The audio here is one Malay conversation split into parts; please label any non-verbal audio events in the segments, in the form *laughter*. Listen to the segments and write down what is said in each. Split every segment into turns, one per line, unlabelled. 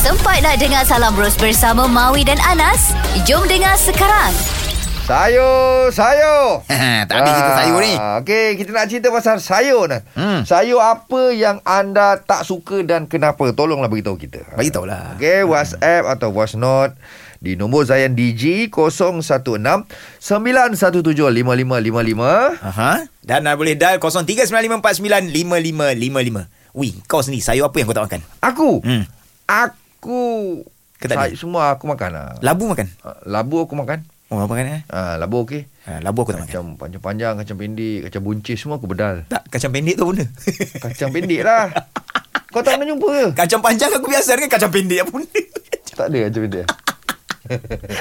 Sempat nak dengar Salam Bros bersama Maui dan Anas? Jom dengar sekarang.
Sayur, sayur.
*laughs*
Ah,
tak habis cerita sayur ni.
Okey, kita nak cerita pasal sayur ni.
Hmm.
Hmm. Sayur apa yang anda tak suka dan kenapa? Tolonglah beritahu kita.
Bagi tahulah.
Okey, WhatsApp atau voice note di nombor Zayan DG 016 917 5555.
Aha. Dan anda boleh dial 0395495555. Ui, kau sendiri sayur apa yang kau tak makan?
Aku.
Hmm.
Aku.
Ke tak
Say-
ada?
semua aku makan lah.
Labu makan.
Labu aku makan.
Oh, apa makan eh?
Ah, labu okey.
Ha, labu aku tak makan.
Kacang panjang-panjang, kacang pendek, kacang buncis semua aku bedal.
Tak, kacang pendek tu *laughs* benda.
Kacang pendek
*laughs*
lah. Kau tak pernah jumpa ke?
kacang panjang aku biasa dengan kacang pendek apa benda.
Tak ada kacang pendek.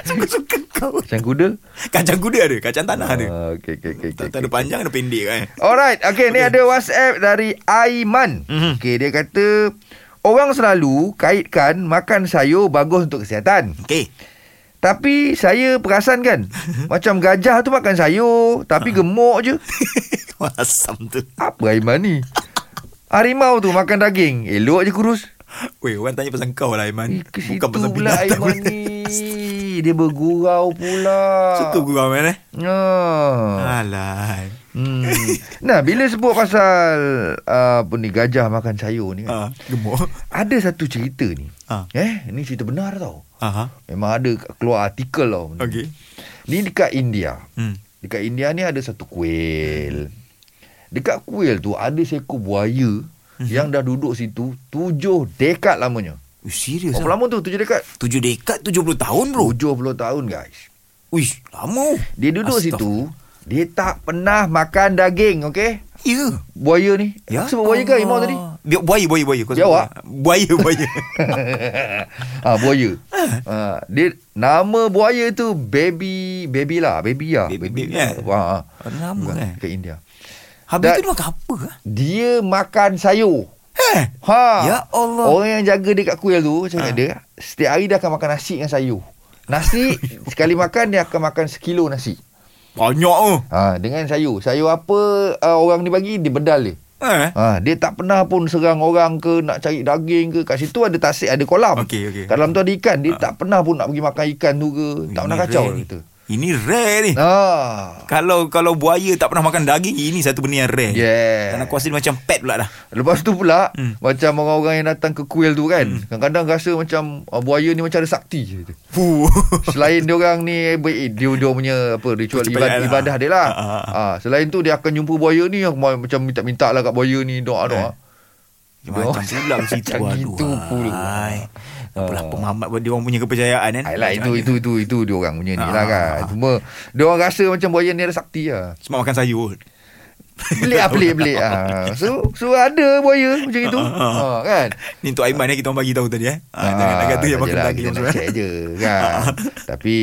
Suka-suka *laughs* kau.
Kacang kuda?
Kacang kuda ada, kacang tanah ada.
Ah, okey, okey, okey.
Tak,
Okay,
tak ada panjang, ada pendek kan.
Alright, okay, ni ada WhatsApp dari Aiman.
Mhm.
Okay, dia kata, orang selalu kaitkan makan sayur bagus untuk kesihatan.
Okey.
Tapi saya perasan kan, macam gajah tu makan sayur,
Ah.
tapi gemuk je.
*laughs* Wah, Asam tu.
Apa Aiman ni? Harimau tu makan daging, elok je kurus.
Weh, orang tanya pasal kau lah Aiman.
Eh, ke situ
Bukan pasal
pula
binatang.
Aiman
*laughs* benda.
ni. Dia bergurau pula.
Suka gurau man eh.
Ah.
Alah.
Hmm. *laughs* Nah, bila sebut pasal uh, apa ni gajah makan sayur ni kan.
Ha, gemuk.
Ada satu cerita ni.
Ha.
Eh, ni cerita benar tau.
Aha.
Memang ada keluar artikel tau. benda
Okey.
Ni dekat India.
Hmm.
Dekat India ni ada satu kuil. Dekat kuil tu ada seekor buaya
Mhm.
yang dah duduk situ tujuh dekad lamanya.
Ui, Oh, serius
Berapa lama tu? Tujuh dekad?
Tujuh dekat tujuh puluh tahun bro.
Tujuh puluh tahun guys.
Ui, lama.
Dia duduk situ, dia tak pernah makan daging, okey?
Ya.
Buaya ni. Sebab buaya ke imam tadi?
Bi- Buaya, buaya, buaya. Kau
Dia
sebut
awak?
buaya. Buaya,
*laughs*
buaya.
ah buaya. Ah dia nama buaya tu baby baby lah, baby lah.
Baby- baby, eh?
Ha.
Lama kan?
Ke India.
Habis
Dah-
tu dia makan apa? ah?
Dia makan sayur.
Eh.
Ha.
Ya Allah.
Orang yang jaga dekat kuil tu cakap
Ah.
dia setiap hari dia akan makan nasi dengan sayur. Nasi
*laughs*
sekali makan dia akan makan sekilo nasi.
Banyak oh. tu.
Ha dengan sayur. Sayur apa uh, orang ni bagi dia bedal dia.
Eh.
Ha, dia tak pernah pun serang orang ke nak cari daging ke. Kat situ ada tasik, ada kolam.
Okey, okey.
Kat dalam tu ada ikan. Dia tak pernah pun nak pergi makan ikan tu ke. Tak pernah
Ini
kacau
rare
lah
ni.
kita.
Ini rare ni.
Ha.
Kalau kalau buaya tak pernah makan daging, ini satu benda yang rare.
Yeah.
Dan aku rasa dia macam pet pula dah.
Lepas tu pula
Hmm.
macam orang-orang yang datang ke kuil tu kan, kadang-kadang rasa macam uh, buaya ni macam ada sakti je.
*laughs*
tu. *laughs*
Fuh.
Selain dia orang ni baik dia dia punya apa ritual
Pencapaian
ibadah,
lah.
ibadah dia lah.
Ah, ah,
Ha, selain tu dia akan jumpa buaya ni yang ma- macam minta-minta lah kat buaya ni
Eh,
doa-doa. Doa.
Macam pula macam itu.
Macam gitu pula.
Apalah
Ah.
pemahamat lah, dia orang punya kepercayaan kan.
Ayolah Ah, itu itu itu itu dia orang punya ni
Ah.
lah kan. Cuma dia orang rasa macam buaya ni ada sakti
*laughs*
lah.
Sebab makan sayur.
Pelik ah pelik pelik ah. So so ada buaya macam itu. Ha kan.
Ni untuk Aiman eh kita orang bagi tahu tadi eh. Ha, Ah,
Ah,
jangan nak kata yang makan
yelah,
daging eh.
kita
macam
nak
mana.
check je
*laughs*
kan. Tapi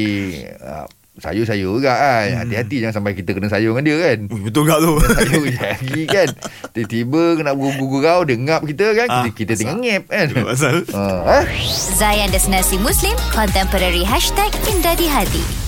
ah, sayur-sayur juga kan.
Hmm.
Hati-hati jangan sampai kita kena sayur dengan dia
*laughs*
kan.
Ui, betul tak tu?
*laughs* Sayur jari kan. Tiba-tiba kena gurau-gurau dia ngap kita kan. Kita,
Ah,
kita tengah ngep kan.
Itu *laughs* Pasal
Ha, eh?
Zayan Destinasi Muslim Contemporary Hashtag Indah di Hati